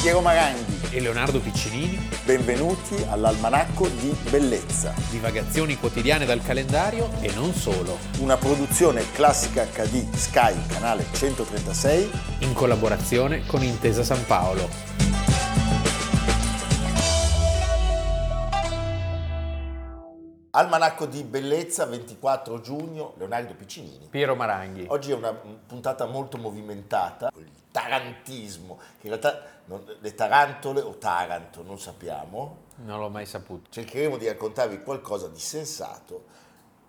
Piero Maranghi. e Leonardo Piccinini, Benvenuti all'Almanacco di Bellezza, divagazioni quotidiane dal calendario e non solo, una produzione classica HD Sky, canale 136. in collaborazione con Intesa San Paolo. Almanacco di Bellezza, 24 giugno, Leonardo Piccinini. Piero Maranghi. Oggi è una puntata molto movimentata, il tarantismo, che in realtà non- le tarantole o Taranto, non sappiamo. Non l'ho mai saputo. Cercheremo di raccontarvi qualcosa di sensato.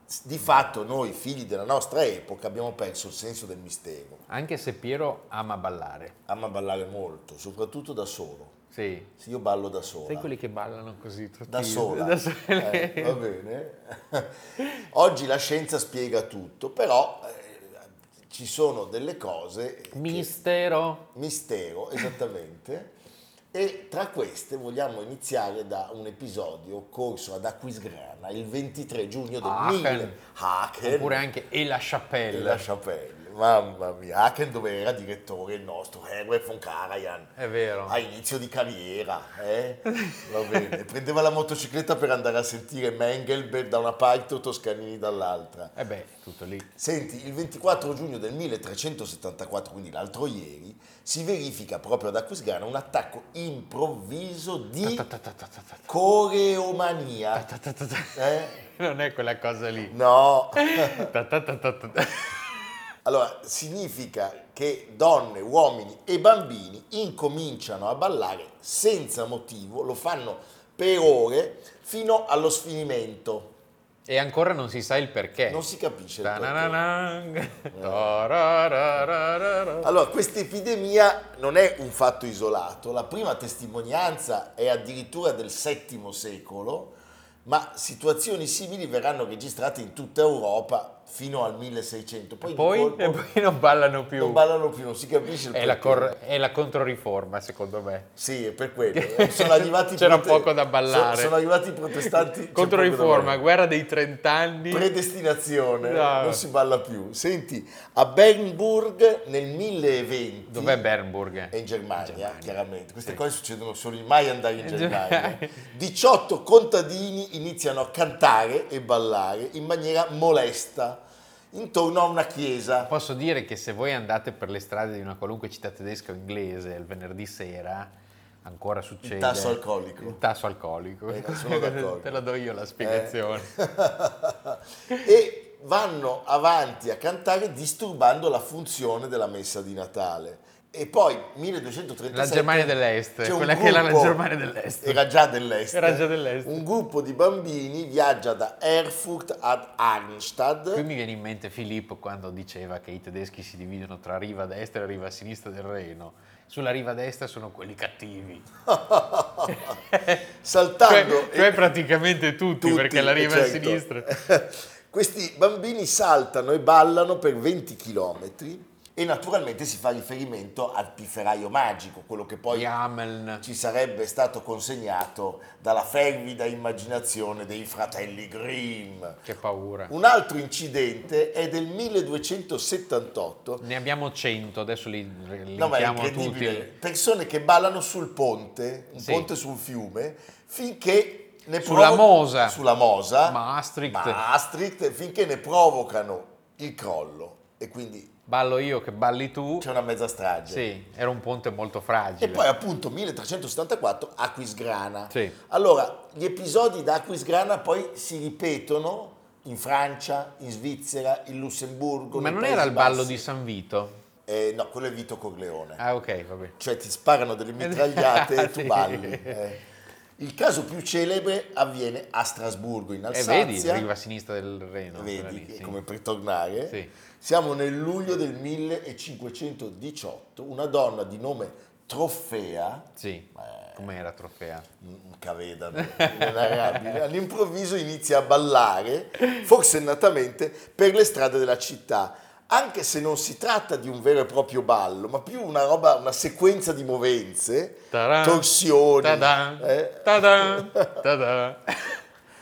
S- Di fatto noi, figli della nostra epoca, abbiamo perso il senso del mistero. Anche se Piero ama ballare. Ama ballare molto, soprattutto da solo. Sì. Se io ballo da sola. Sai quelli che ballano così tutti da sola. Da sole. Eh, va bene. Oggi la scienza spiega tutto, però eh, ci sono delle cose che- Mistero. mistero, esattamente. e tra queste vogliamo iniziare da un episodio corso ad Aquisgrana il 23 giugno del Aachen. 1000 Aachen, Oppure anche E la e Chapelle. La Chapelle. Mamma mia, Aachen dove era direttore il nostro Herbert von Karajan È vero. a inizio di carriera, eh? Va bene. prendeva la motocicletta per andare a sentire Mengelberg da una parte o Toscanini dall'altra. E Eh beh, tutto lì. Senti, il 24 giugno del 1374, quindi l'altro ieri, si verifica proprio ad Aquisgrana un attacco improvviso di Ta ta ta ta ta ta. coreomania. Ta ta ta ta. Eh? Non è quella cosa lì. No, Ta ta ta ta ta. allora significa che donne, uomini e bambini incominciano a ballare senza motivo, lo fanno per ore fino allo sfinimento. E ancora non si sa il perché. Non si capisce. il perché. Ta-na-na-na. Ta-ra-ra-ra-ra-ra. Allora, questa epidemia non è un fatto isolato, la prima testimonianza è addirittura del VII secolo, ma situazioni simili verranno registrate in tutta Europa fino al 1600. Poi, di Poi, colpo e poi non ballano più. non ballano più, non si capisce il è, la perché. cor- è la controriforma, secondo me. Sì, è per quello. Sono arrivati i C'era prote- poco da ballare. so- Sono arrivati i protestanti. c'è poco da Controriforma, ballare. guerra dei trent'anni. Predestinazione, No. non si balla più. Senti, a Bernburg nel 1020. Dov'è Bernburg? E in Germania, Germania. chiaramente. Queste Sì. cose succedono solo in mai andare in In Germania. Germania. 18 contadini iniziano a cantare e ballare in maniera molesta intorno a una chiesa. Posso dire che se voi andate per le strade di una qualunque città tedesca o inglese il venerdì sera, ancora succede. tasso alcolico. Il tasso alcolico. Eh, sono d'accordo. Te la do io la spiegazione. e vanno avanti a cantare disturbando la funzione della messa di Natale. E poi 1237 La Germania dell'Est, c'è un quella che era la gruppo- Germania dell'Est. Era già dell'est. Era già dell'est. Un gruppo di bambini viaggia da Erfurt ad Arnstadt. Qui mi viene in mente Filippo quando diceva che i tedeschi si dividono tra riva destra e riva sinistra del Reno. Sulla riva destra sono quelli cattivi. saltando Cioè- cioè praticamente tutti, perché la riva certo. a sinistra. Questi bambini saltano e ballano per 20 km e naturalmente si fa riferimento al pifferaio magico, quello che poi Yameln. ci sarebbe stato consegnato dalla fervida immaginazione dei fratelli Grimm. Che paura. Un altro incidente è del 1278 Ne abbiamo 100, adesso li li No, ma è linkiamo incredibile. tutti. Persone che ballano sul ponte, un Sì. ponte sul fiume, finché ne Sulla provo- Mosa. sulla Mosa, Maastricht. Maastricht, finché ne provocano il crollo. E quindi Ballo io che balli tu. c'è una mezza strage. Sì, era un ponte molto Cioè, E fragile. poi appunto 1374 Aquisgrana. Sì. Allora, gli episodi da Aquisgrana poi si ripetono in Francia, in Svizzera, in Lussemburgo. Ma nei non Paesi era il ballo Bassi. di San Vito? Eh, no, quello è Vito Corleone. Ah, ok, va bene. cioè ti sparano delle mitragliate e tu Sì. balli. eh. Il caso più celebre avviene a Strasburgo, in E Alsazia. Eh, vedi, riva a sinistra del Reno. quella Vedi, lì, sì. come per tornare. Sì. Siamo nel luglio del 1518, una donna di nome Trofea, Sì, com'era trofea? un cavedano inenarrabile, all'improvviso inizia a ballare, forsennatamente, per le strade della città. Anche se non si tratta di un vero e proprio ballo, ma più una roba, una sequenza di movenze, Taran, torsioni. Ta-da, eh. ta-da, ta-da.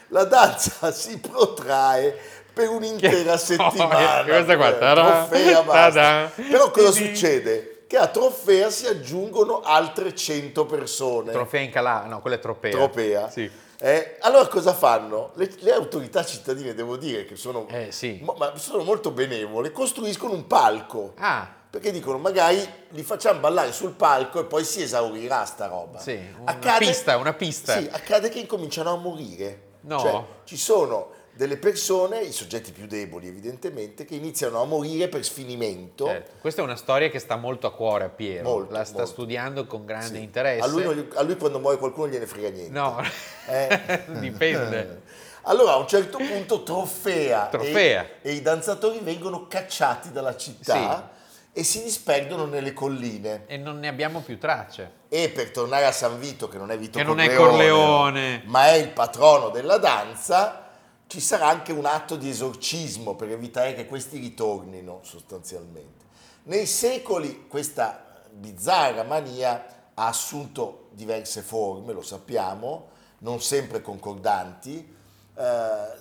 La danza si protrae per un'intera Che- settimana. Questa qua, eh, taran, trofea basta. taran. Però cosa Di- di. succede? che a Trofea si aggiungono altre 100 persone. Trofea in Calabria, no, quella è Tropea. Tropea. Sì. Eh, allora cosa fanno? Le, le autorità cittadine, devo dire, che sono, Eh, sì. mo- ma sono molto benevole, costruiscono un palco. Ah, Perché dicono magari li facciamo ballare sul palco e poi si esaurirà sta roba. Sì, una pista, una pista. Sì, accade che incominciano a morire. No. Cioè, ci sono delle persone, i soggetti più deboli evidentemente, che iniziano a morire per sfinimento. certo. questa è una storia che sta molto a cuore a Piero. Molto, La sta molto. studiando con grande Sì. interesse. A lui, non gli- a lui quando muore qualcuno gliene frega niente. No, Eh. dipende. Allora a un certo punto Trofea, Trofea. E, e i danzatori vengono cacciati dalla città e si disperdono nelle colline. E non ne abbiamo più tracce. E per tornare a San Vito, che non è Vito Che non è Corleone, Corleone. ma è il patrono della danza, ci sarà anche un atto di esorcismo per evitare che questi ritornino sostanzialmente. Nei secoli questa bizzarra mania ha assunto diverse forme, lo sappiamo, non sempre concordanti. Eh,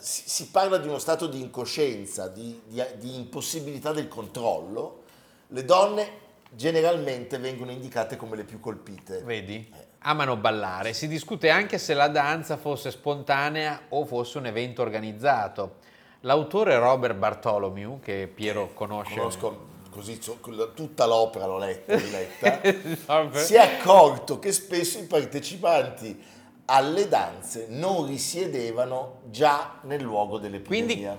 si, si parla di uno stato di incoscienza, di, di- di impossibilità del controllo. Le donne generalmente vengono indicate come le più colpite. Vedi? Eh. Amano ballare. Si discute anche se la danza fosse spontanea o fosse un evento organizzato. L'autore Robert Bartholomew, che Piero conosce, conosco così so- quella- tutta l'opera l'ho letta, l'ho letta. Robert- si è accorto che spesso i partecipanti alle danze non risiedevano già nel luogo quindi dell'epidemia.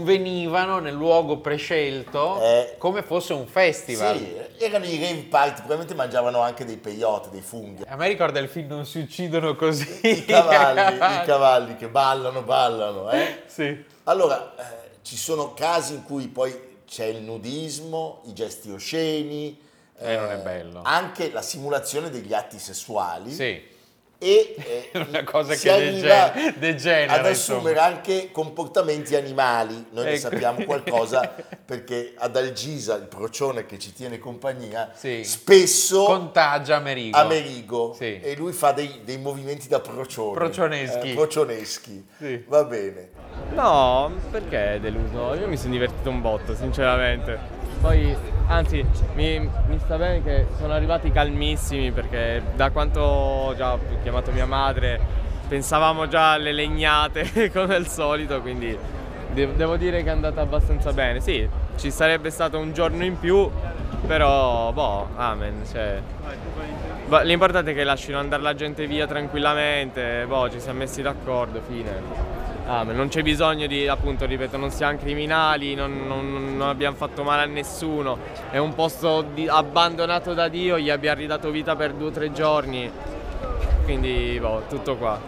convenivano nel luogo prescelto Eh. come fosse un festival. sì, erano i rave party, probabilmente mangiavano anche dei peyote, dei funghi. A me ricorda il film Non si uccidono così. I cavalli, i cavalli che ballano, ballano, eh. Sì. Allora, eh, ci sono casi in cui poi c'è il nudismo, i gesti osceni, Eh, non è bello. anche la simulazione degli atti sessuali. Sì. e È eh, una cosa si che arriva dege- degenera, ad assumere anche comportamenti animali noi ne Ecco. sappiamo qualcosa perché ad Algisa il procione che ci tiene compagnia Sì. spesso Contagia Amerigo. Amerigo Sì. e lui fa dei, dei movimenti da procione Procioneschi. eh, procioneschi Sì. va bene No, perché è deluso? Io mi sono divertito un botto, sinceramente. Poi, anzi, mi, mi sta bene che sono arrivati calmissimi perché da quanto ho già chiamato mia madre pensavamo già alle legnate come al solito, quindi de- devo dire che è andata abbastanza bene. Sì, ci sarebbe stato un giorno in più, però, boh, amen, cioè... Ba- L'importante è che lasciano andare la gente via tranquillamente, boh, ci siamo messi d'accordo, fine. Ah, ma non c'è bisogno di, appunto, ripeto, non siamo criminali, non, non- non abbiamo fatto male a nessuno, è un posto di- abbandonato da Dio, gli abbiamo ridato vita per due o tre giorni, quindi, boh, tutto qua.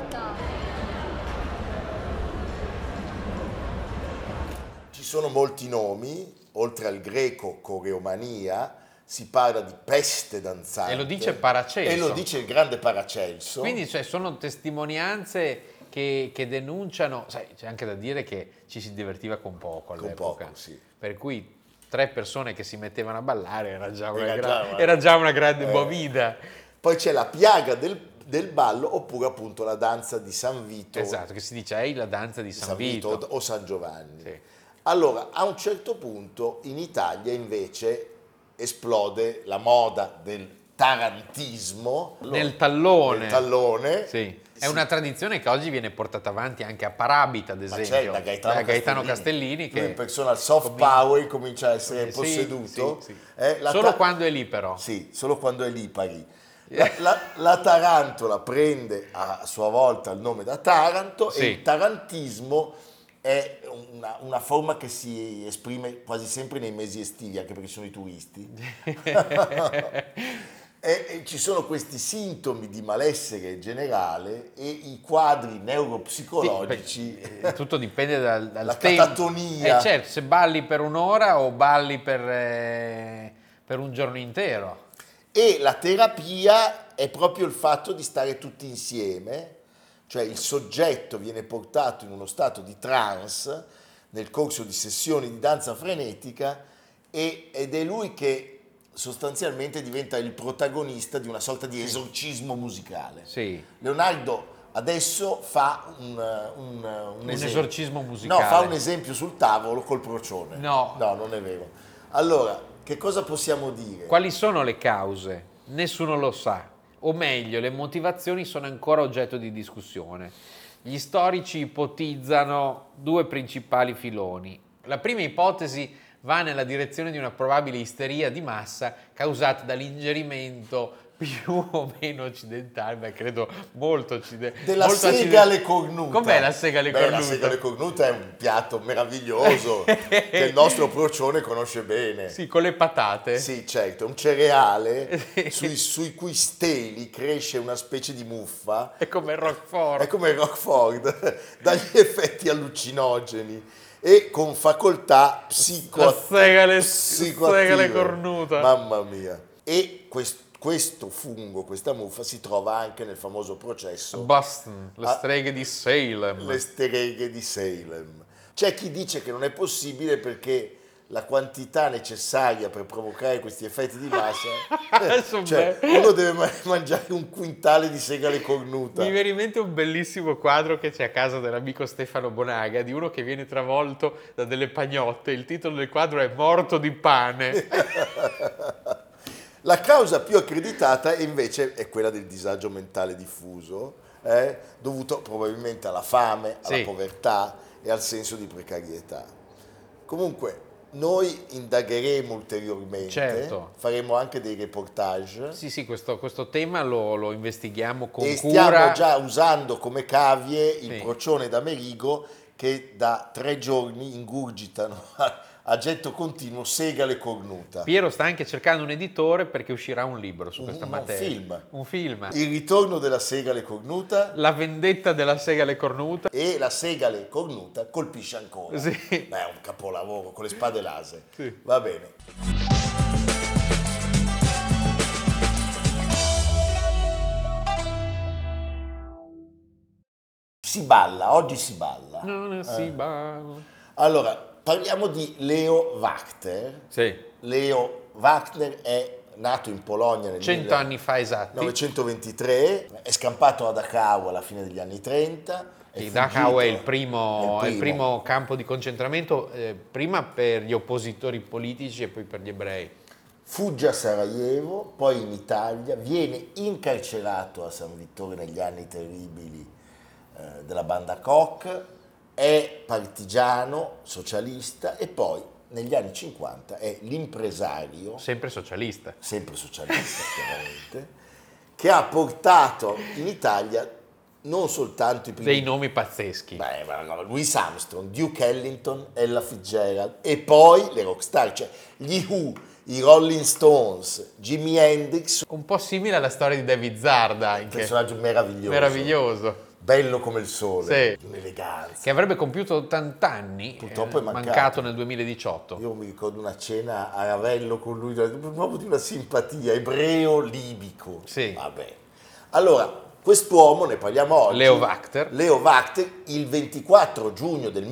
Ci sono molti nomi, oltre al greco coreomania, si parla di peste danzante. E lo dice Paracelso. E lo dice il grande Paracelso. Quindi cioè, sono testimonianze che, che denunciano, sai, c'è anche da dire che ci si divertiva con poco Con all'epoca. poco, sì. Per cui tre persone che si mettevano a ballare era già una, Era gra- già una- era già una grande Eh. bovida. Poi c'è la piaga del, del ballo, oppure appunto la danza di San Vito, Esatto, che si dice è la danza di di San, San Vito Vito. o San Giovanni. Sì. Allora, a un certo punto in Italia invece esplode la moda del tarantismo. Allora, Nel tallone. Nel tallone. Sì. È Si una tradizione che oggi viene portata avanti anche a Parabita, ad Ma esempio, Eh, c'è da Gaetano, lui Castellini, che in persona al soft comincia- power comincia a essere Sì, posseduto sì, sì. Eh, la Solo ta- quando è lì però. sì, solo quando è lipari la, la- la tarantola prende a sua volta il nome da Taranto Sì. e il tarantismo è una, una forma che si esprime quasi sempre nei mesi estivi anche perché ci sono i turisti E- e ci sono questi sintomi di malessere generale e i quadri neuropsicologici Eh, Tutto dipende dal, dal La tempo. catatonia. Eh, certo, se balli per un'ora o balli per, eh, per un giorno intero. E la terapia è proprio il fatto di stare tutti insieme, cioè il soggetto viene portato in uno stato di trance nel corso di sessioni di danza frenetica e- ed è lui che sostanzialmente diventa il protagonista di una sorta di esorcismo musicale. Sì. Leonardo adesso fa un, un- un Un esempio. esorcismo musicale. No, fa un esempio sul tavolo col procione. No. non è vero. Allora, che cosa possiamo dire? Quali sono le cause? Nessuno lo sa, o meglio, le motivazioni sono ancora oggetto di discussione. Gli storici ipotizzano due principali filoni. La prima ipotesi va nella direzione di una probabile isteria di massa causata dall'ingerimento più o meno occidentale, beh, credo molto occidentale. Della molto sega occidentale. alle cornuta. Com'è la sega alle Beh, cornuta? La sega alle cornuta è un piatto meraviglioso che il nostro procione conosce bene. Sì, con le patate. Sì, certo, è un cereale Sì. sui, sui cui steli cresce una specie di muffa, È come il roquefort. è come il Rockford, dagli effetti allucinogeni e con facoltà La psico- sega alle- psicoattive. sega alle cornuta. Mamma mia. E quest- questo fungo, questa muffa, si trova anche nel famoso processo Boston, le Ah. streghe di Salem. le streghe di Salem. C'è chi dice che non è possibile perché la quantità necessaria per provocare questi effetti di massa, Adesso cioè beh. uno deve ma- mangiare un quintale di segale cornuta. Mi viene in mente un bellissimo quadro che c'è a casa dell'amico Stefano Bonaga di uno che viene travolto da delle pagnotte. Il titolo del quadro è Morto di pane. La causa più accreditata è invece è quella del disagio mentale diffuso, eh, dovuto probabilmente alla fame, alla Sì. povertà e al senso di precarietà. Comunque, noi indagheremo ulteriormente, Certo. faremo anche dei reportage. Sì, sì, questo, questo tema lo, lo investighiamo con e cura. stiamo già usando come cavie il Sì. procione d'Amerigo che da tre giorni ingurgitano a, a getto continuo segale cornuta. Piero sta anche cercando un editore perché uscirà un libro su Un- questa un materia. film. Un film. Il ritorno della segale cornuta La vendetta della segale cornuta. e la segale cornuta colpisce ancora. Sì. Beh, è un capolavoro con le spade lase. Sì. Va bene. Si balla, oggi si balla. Non Eh. si balla. Allora, parliamo di Leo Wachter. Sì. Leo Wachter è nato in Polonia nel Cento anni fa esatto. esatti. 1923, è scampato a Dachau alla fine degli anni 30. è Sì, Dachau fuggito- è il primo, è è il primo campo di concentramento, eh, prima per gli oppositori politici e poi per gli ebrei. Fugge a Sarajevo, poi in Italia, viene incarcerato a San Vittore negli anni terribili eh, della banda Koch, è partigiano, socialista e poi negli anni 50 è l'impresario Sempre socialista. sempre socialista chiaramente, che ha portato in Italia non soltanto i primi... Dei nomi pazzeschi. Beh, ma no, Louis Armstrong, Duke Ellington, Ella Fitzgerald e poi le rockstar, cioè gli Who, i Rolling Stones, Jimi Hendrix, Un po' simile alla storia di David Zard un anche. personaggio meraviglioso, Meraviglioso. bello come il sole, Sì. un'eleganza. Che avrebbe compiuto 80 anni. eh, Purtroppo è mancato. nel 2018. Io mi ricordo una cena a Ravello con lui, un uomo di una simpatia, ebreo-libico. Sì. Vabbè. Allora, quest'uomo, ne parliamo oggi. Leo Wachter. Leo Wachter, il 24 giugno del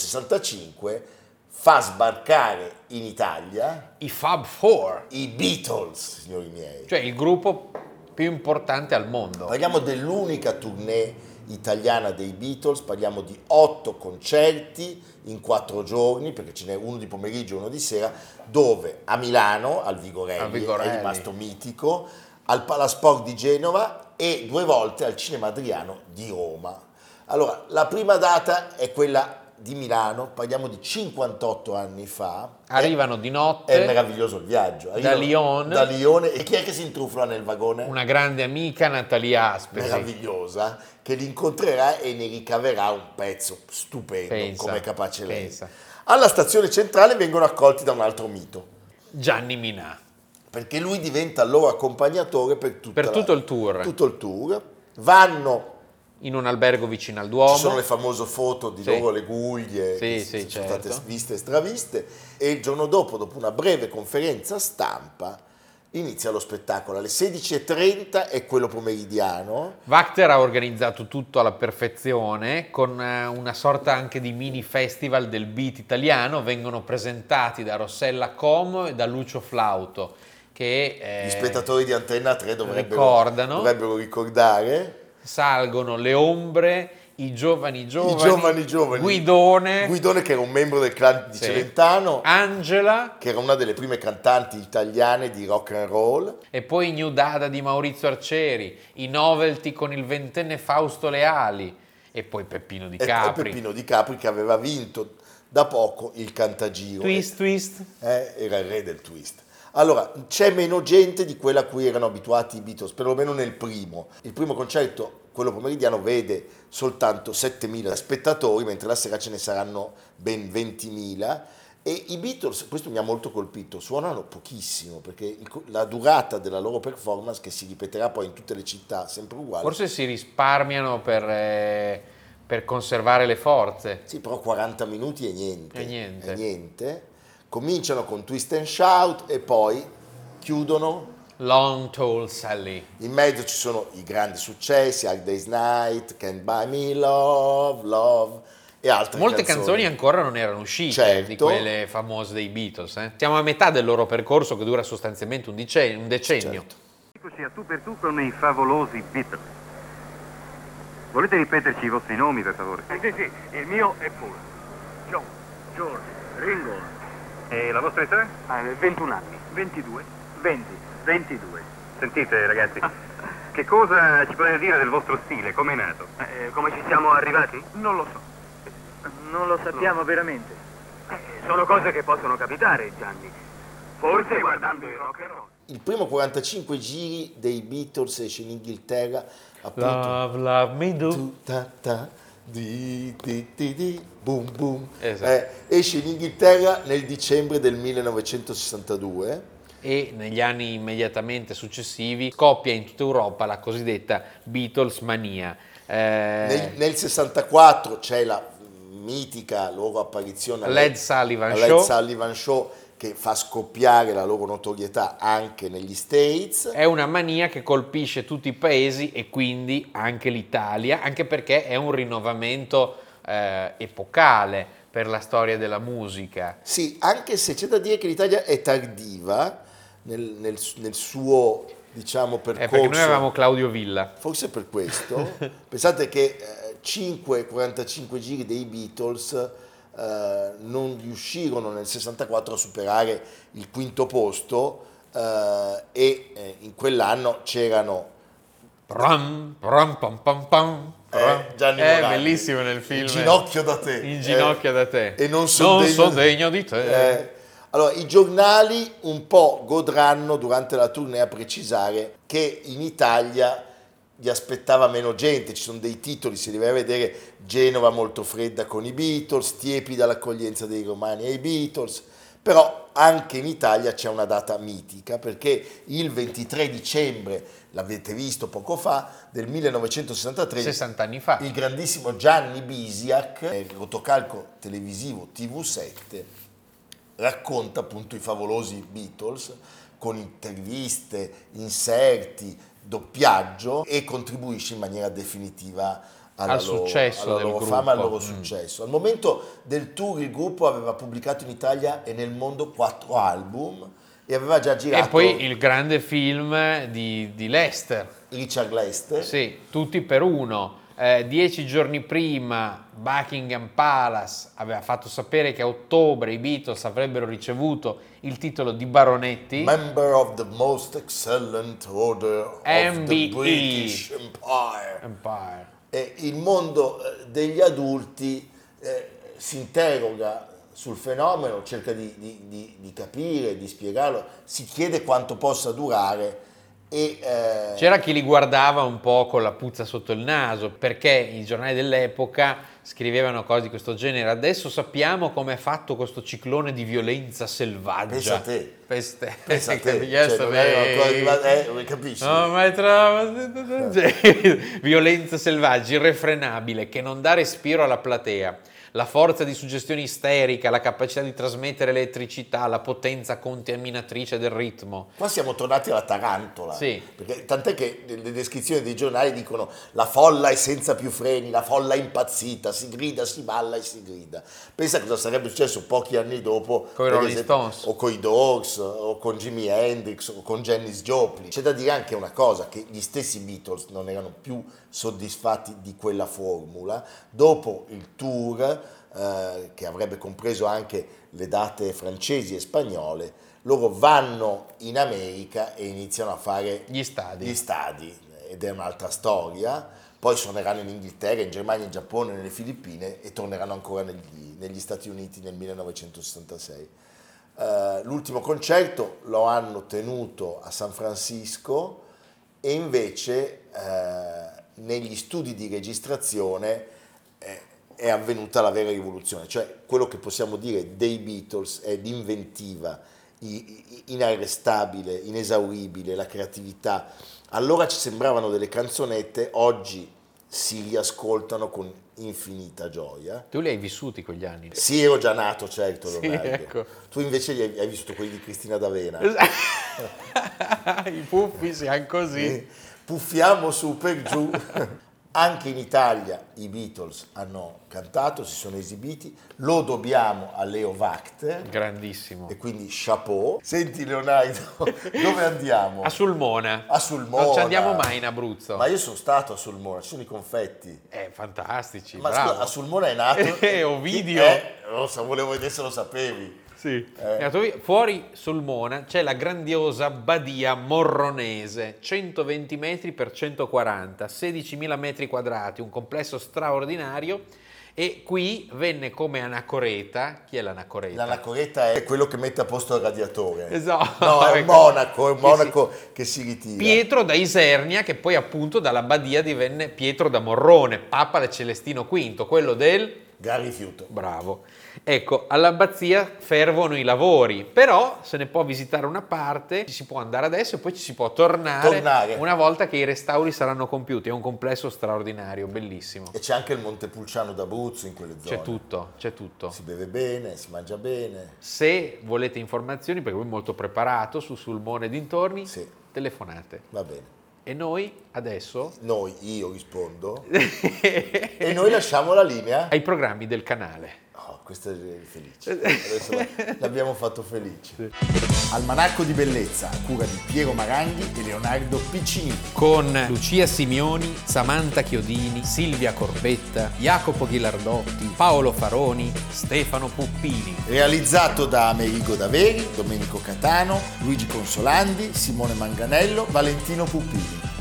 1965, fa sbarcare in Italia I Fab Four, i Beatles, signori miei. cioè il gruppo più importante al mondo. Parliamo dell'unica tournée italiana dei Beatles, parliamo di otto concerti in quattro giorni, perché ce n'è uno di pomeriggio e uno di sera, dove a Milano, al Vigorelli, Al Vigorelli. è rimasto mitico, al Palasport di Genova e due volte al Cinema Adriano di Roma. Allora, la prima data è quella di Milano, parliamo di 58 anni fa. Arrivano di notte. È meraviglioso il viaggio. Arrivano Lione. Da Lione. E chi è che si intrufla nel vagone? Una grande amica, Natalia Aspesi. meravigliosa che li incontrerà e ne ricaverà un pezzo stupendo Pensa, come è capace lei. pensa. Alla stazione centrale vengono accolti da un altro mito, Gianni Minà. perché lui diventa il loro accompagnatore per, tutta Per la- tutto il tour. tutto il tour. Vanno, in un albergo vicino al ci sono Duomo. le famose foto di Sì. loro, le guglie, Sì, che sì, sono certo. state viste e straviste, e il giorno dopo, dopo una breve conferenza stampa, inizia lo spettacolo. Alle 16.30 è quello pomeridiano. Wachter ha organizzato tutto alla perfezione con eh, una sorta anche di mini festival del beat italiano, vengono presentati da Rossella Como e da Lucio Flauto che eh, Gli spettatori di Antenna 3 dovrebbero, ricordano. dovrebbero ricordare. salgono le ombre I giovani giovani, giovani giovani. Guidone, Guidone che era un membro del clan di Sì. Ah. Celentano, Angela che era una delle prime cantanti italiane di rock and roll. e poi i New Dada di Maurizio Arcieri, i Novelty con il ventenne Fausto Leali e poi Peppino di E poi Capri. Eh, Peppino Di Capri che aveva vinto da poco il Cantagiro. Twist, twist. Eh, era il re del twist. Allora, c'è meno gente di quella a cui erano abituati i Beatles, perlomeno nel primo. Il primo concerto, quello pomeridiano, vede soltanto 7.000 spettatori, mentre la sera ce ne saranno ben 20.000. E i Beatles, questo mi ha molto colpito, suonano pochissimo, perché il co- la durata della loro performance, che si ripeterà poi in tutte le città, sempre uguale, Forse si risparmiano per, eh, per conservare le forze. Sì, però 40 minuti e niente. E niente. E niente. Cominciano con twist and shout e poi chiudono. Long Tall Sally. In mezzo ci sono i grandi successi, Hard Day's Night, Can't Buy Me Love, Love e altre Molte canzoni. canzoni ancora non erano uscite Certo. di quelle famose dei Beatles. eh. Siamo a metà del loro percorso che dura sostanzialmente un, dice- un decennio. Certo. Eccoci a tu per tu con i favolosi Beatles. Volete ripeterci i vostri nomi, per favore? Eh, Sì, sì, il mio è Paul. John. George. Ringo. E la vostra età? 21 anni. 22. 20. 22. Sentite, ragazzi, che cosa ci potete dire del vostro stile? Come è nato? Eh, come ci siamo arrivati? Non lo so. Non lo sappiamo veramente. Eh, sono cose che possono capitare, Gianni. Forse guardando il rock and roll. Il primo 45 giri dei Beatles esce in Inghilterra, appunto. Love, love me do. Tu, ta, ta, di, di, di, di, boom, boom. Esatto. Eh, esce in Inghilterra nel dicembre del 1962. E negli anni immediatamente successivi scoppia in tutta Europa la cosiddetta Beatles mania. Nel, Eh, nel 64 c'è la mitica loro apparizione al- Led Sullivan al Led Show. Sullivan Show che fa scoppiare la loro notorietà anche negli States. È una mania che colpisce tutti i paesi e quindi anche l'Italia, anche perché è un rinnovamento eh, epocale per la storia della musica. Sì, anche se c'è da dire che l'Italia è tardiva nel, nel- nel suo diciamo, Eh, percorso. perché noi avevamo Claudio Villa. Forse per questo. Pensate che 5-45 giri dei Beatles eh, non riuscirono nel 64 a superare il quinto posto eh, e eh, in quell'anno c'erano Pram, pram, pam, pam, pam, pram. eh, Gianni È Morandi. bellissimo nel film. In ginocchio da te. In ginocchio Eh, da te. E non sono degno, son degno di te. Eh, Allora, i giornali un po' godranno durante la tournée a precisare che in Italia gli aspettava meno gente, ci sono dei titoli, si deve vedere Genova molto fredda con i Beatles, tiepida l'accoglienza dei romani ai Beatles, però anche in Italia c'è una data mitica perché il 23 dicembre, l'avete visto poco fa, del 1963 60 anni fa. il grandissimo Gianni Bisiak, eh, nel rotocalco televisivo TV7, racconta appunto i favolosi Beatles con interviste, inserti, doppiaggio e contribuisce in maniera definitiva alla Al loro, successo alla del loro gruppo. fama, al loro Mm. successo. Al momento del tour il gruppo aveva pubblicato in Italia e nel mondo quattro album e aveva già girato E poi il grande film di, di Lester. Richard Lester. Sì, tutti per uno. Eh, dieci giorni prima Buckingham Palace aveva fatto sapere che a ottobre i Beatles avrebbero ricevuto il titolo di baronetti. Member of the most excellent order of the MBE. British Empire. Empire. E il mondo eh, degli adulti eh, si interroga sul fenomeno, cerca di, di- di- di capire, di spiegarlo, si chiede quanto possa durare e eh, C'era chi li guardava un po' con la puzza sotto il naso, perché i giornali dell'epoca scrivevano cose di questo genere. Adesso sappiamo come è fatto questo ciclone di violenza selvaggia. Pensa a te. Peste. Pensa a te, Yes, cioè, non babe. è una cosa di- eh, capisci? No, ma è Cioè, tra- Violenza selvaggia, irrefrenabile, che non dà respiro alla platea. la forza di suggestione isterica, la capacità di trasmettere elettricità, la potenza contaminatrice del ritmo. Qua siamo tornati alla tarantola. Sì. Perché tant'è che le descrizioni dei giornali dicono la folla è senza più freni, la folla è impazzita, si grida, si balla e si grida. Pensa cosa sarebbe successo pochi anni dopo Coi per Rolling esempio, Stones. o con i Dogs, o con Jimi Hendrix, o con Janis Joplin. C'è da dire anche una cosa, che gli stessi Beatles non erano più soddisfatti di quella formula. Dopo il tour, eh, che avrebbe compreso anche le date francesi e spagnole, loro vanno in America e iniziano a fare Gli stadi. gli stadi, ed è un'altra storia. Poi suoneranno in Inghilterra, in Germania, in Giappone, nelle Filippine e torneranno ancora negli, negli Stati Uniti nel 1966. Eh, l'ultimo concerto lo hanno tenuto a San Francisco e invece eh, negli studi di registrazione eh, è avvenuta la vera rivoluzione, cioè quello che possiamo dire dei Beatles è l'inventiva, i- i- inarrestabile, inesauribile, la creatività. Allora ci sembravano delle canzonette, oggi si riascoltano con infinita gioia. Tu li hai vissuti quegli anni. Sì, ero già nato, certo, Sì, Leonardo. ecco. Eh, Tu invece li hai, hai vissuto quelli di Cristina D'Avena. I puffi siano così. Eh, puffiamo su per giù. Anche in Italia i Beatles hanno cantato, si sono esibiti, lo dobbiamo a Leo Wachter Grandissimo. e quindi chapeau. Senti Leonardo, dove andiamo? A Sulmona. A Sulmona. Non ci andiamo mai in Abruzzo. Ma io sono stato a Sulmona, ci sono i confetti. Eh, fantastici, Ma bravo. scusa, a Sulmona è nato... Eh, Ovidio. Eh, lo sa- volevo vedere se lo sapevi. Sì. È andato via. Fuori Sulmona c'è la grandiosa badia morronese, 120 metri per 140, 16.000 metri quadrati, un complesso straordinario. E qui venne come anacoreta. Chi è l'anacoreta? L'anacoreta è quello che mette a posto il radiatore. Esatto. No, è un Ecco. monaco, è un Che monaco che si ritira. Pietro da Isernia, che poi appunto dalla Badia divenne Pietro da Morrone, papa del Celestino V, quello del Gary Fiuto. Bravo. Ecco, all'abbazia fervono i lavori, però se ne può visitare una parte, ci si può andare adesso e poi ci si può tornare, Tornare. una volta che i restauri saranno compiuti. È un complesso straordinario, bellissimo. E c'è anche il Montepulciano d'Abruzzo in quelle zone. C'è tutto, c'è tutto. Si beve bene, si mangia bene. Se volete informazioni, perché lui è molto preparato su Sulmone e dintorni, Sì. telefonate. Va bene. E noi adesso Noi, io rispondo. e noi lasciamo la linea. ai programmi del canale. Oh, questo è felice. Adesso la- l'abbiamo fatto felice. Almanacco di bellezza, a cura di Piero Maranghi e Leonardo Piccini. con Lucia Simioni, Samantha Chiodini, Silvia Corbetta, Jacopo Ghilardotti, Paolo Faroni, Stefano Puppini. Realizzato da Amerigo Daveri, Domenico Catano, Luigi Consolandi, Simone Manganello, Valentino Pupini.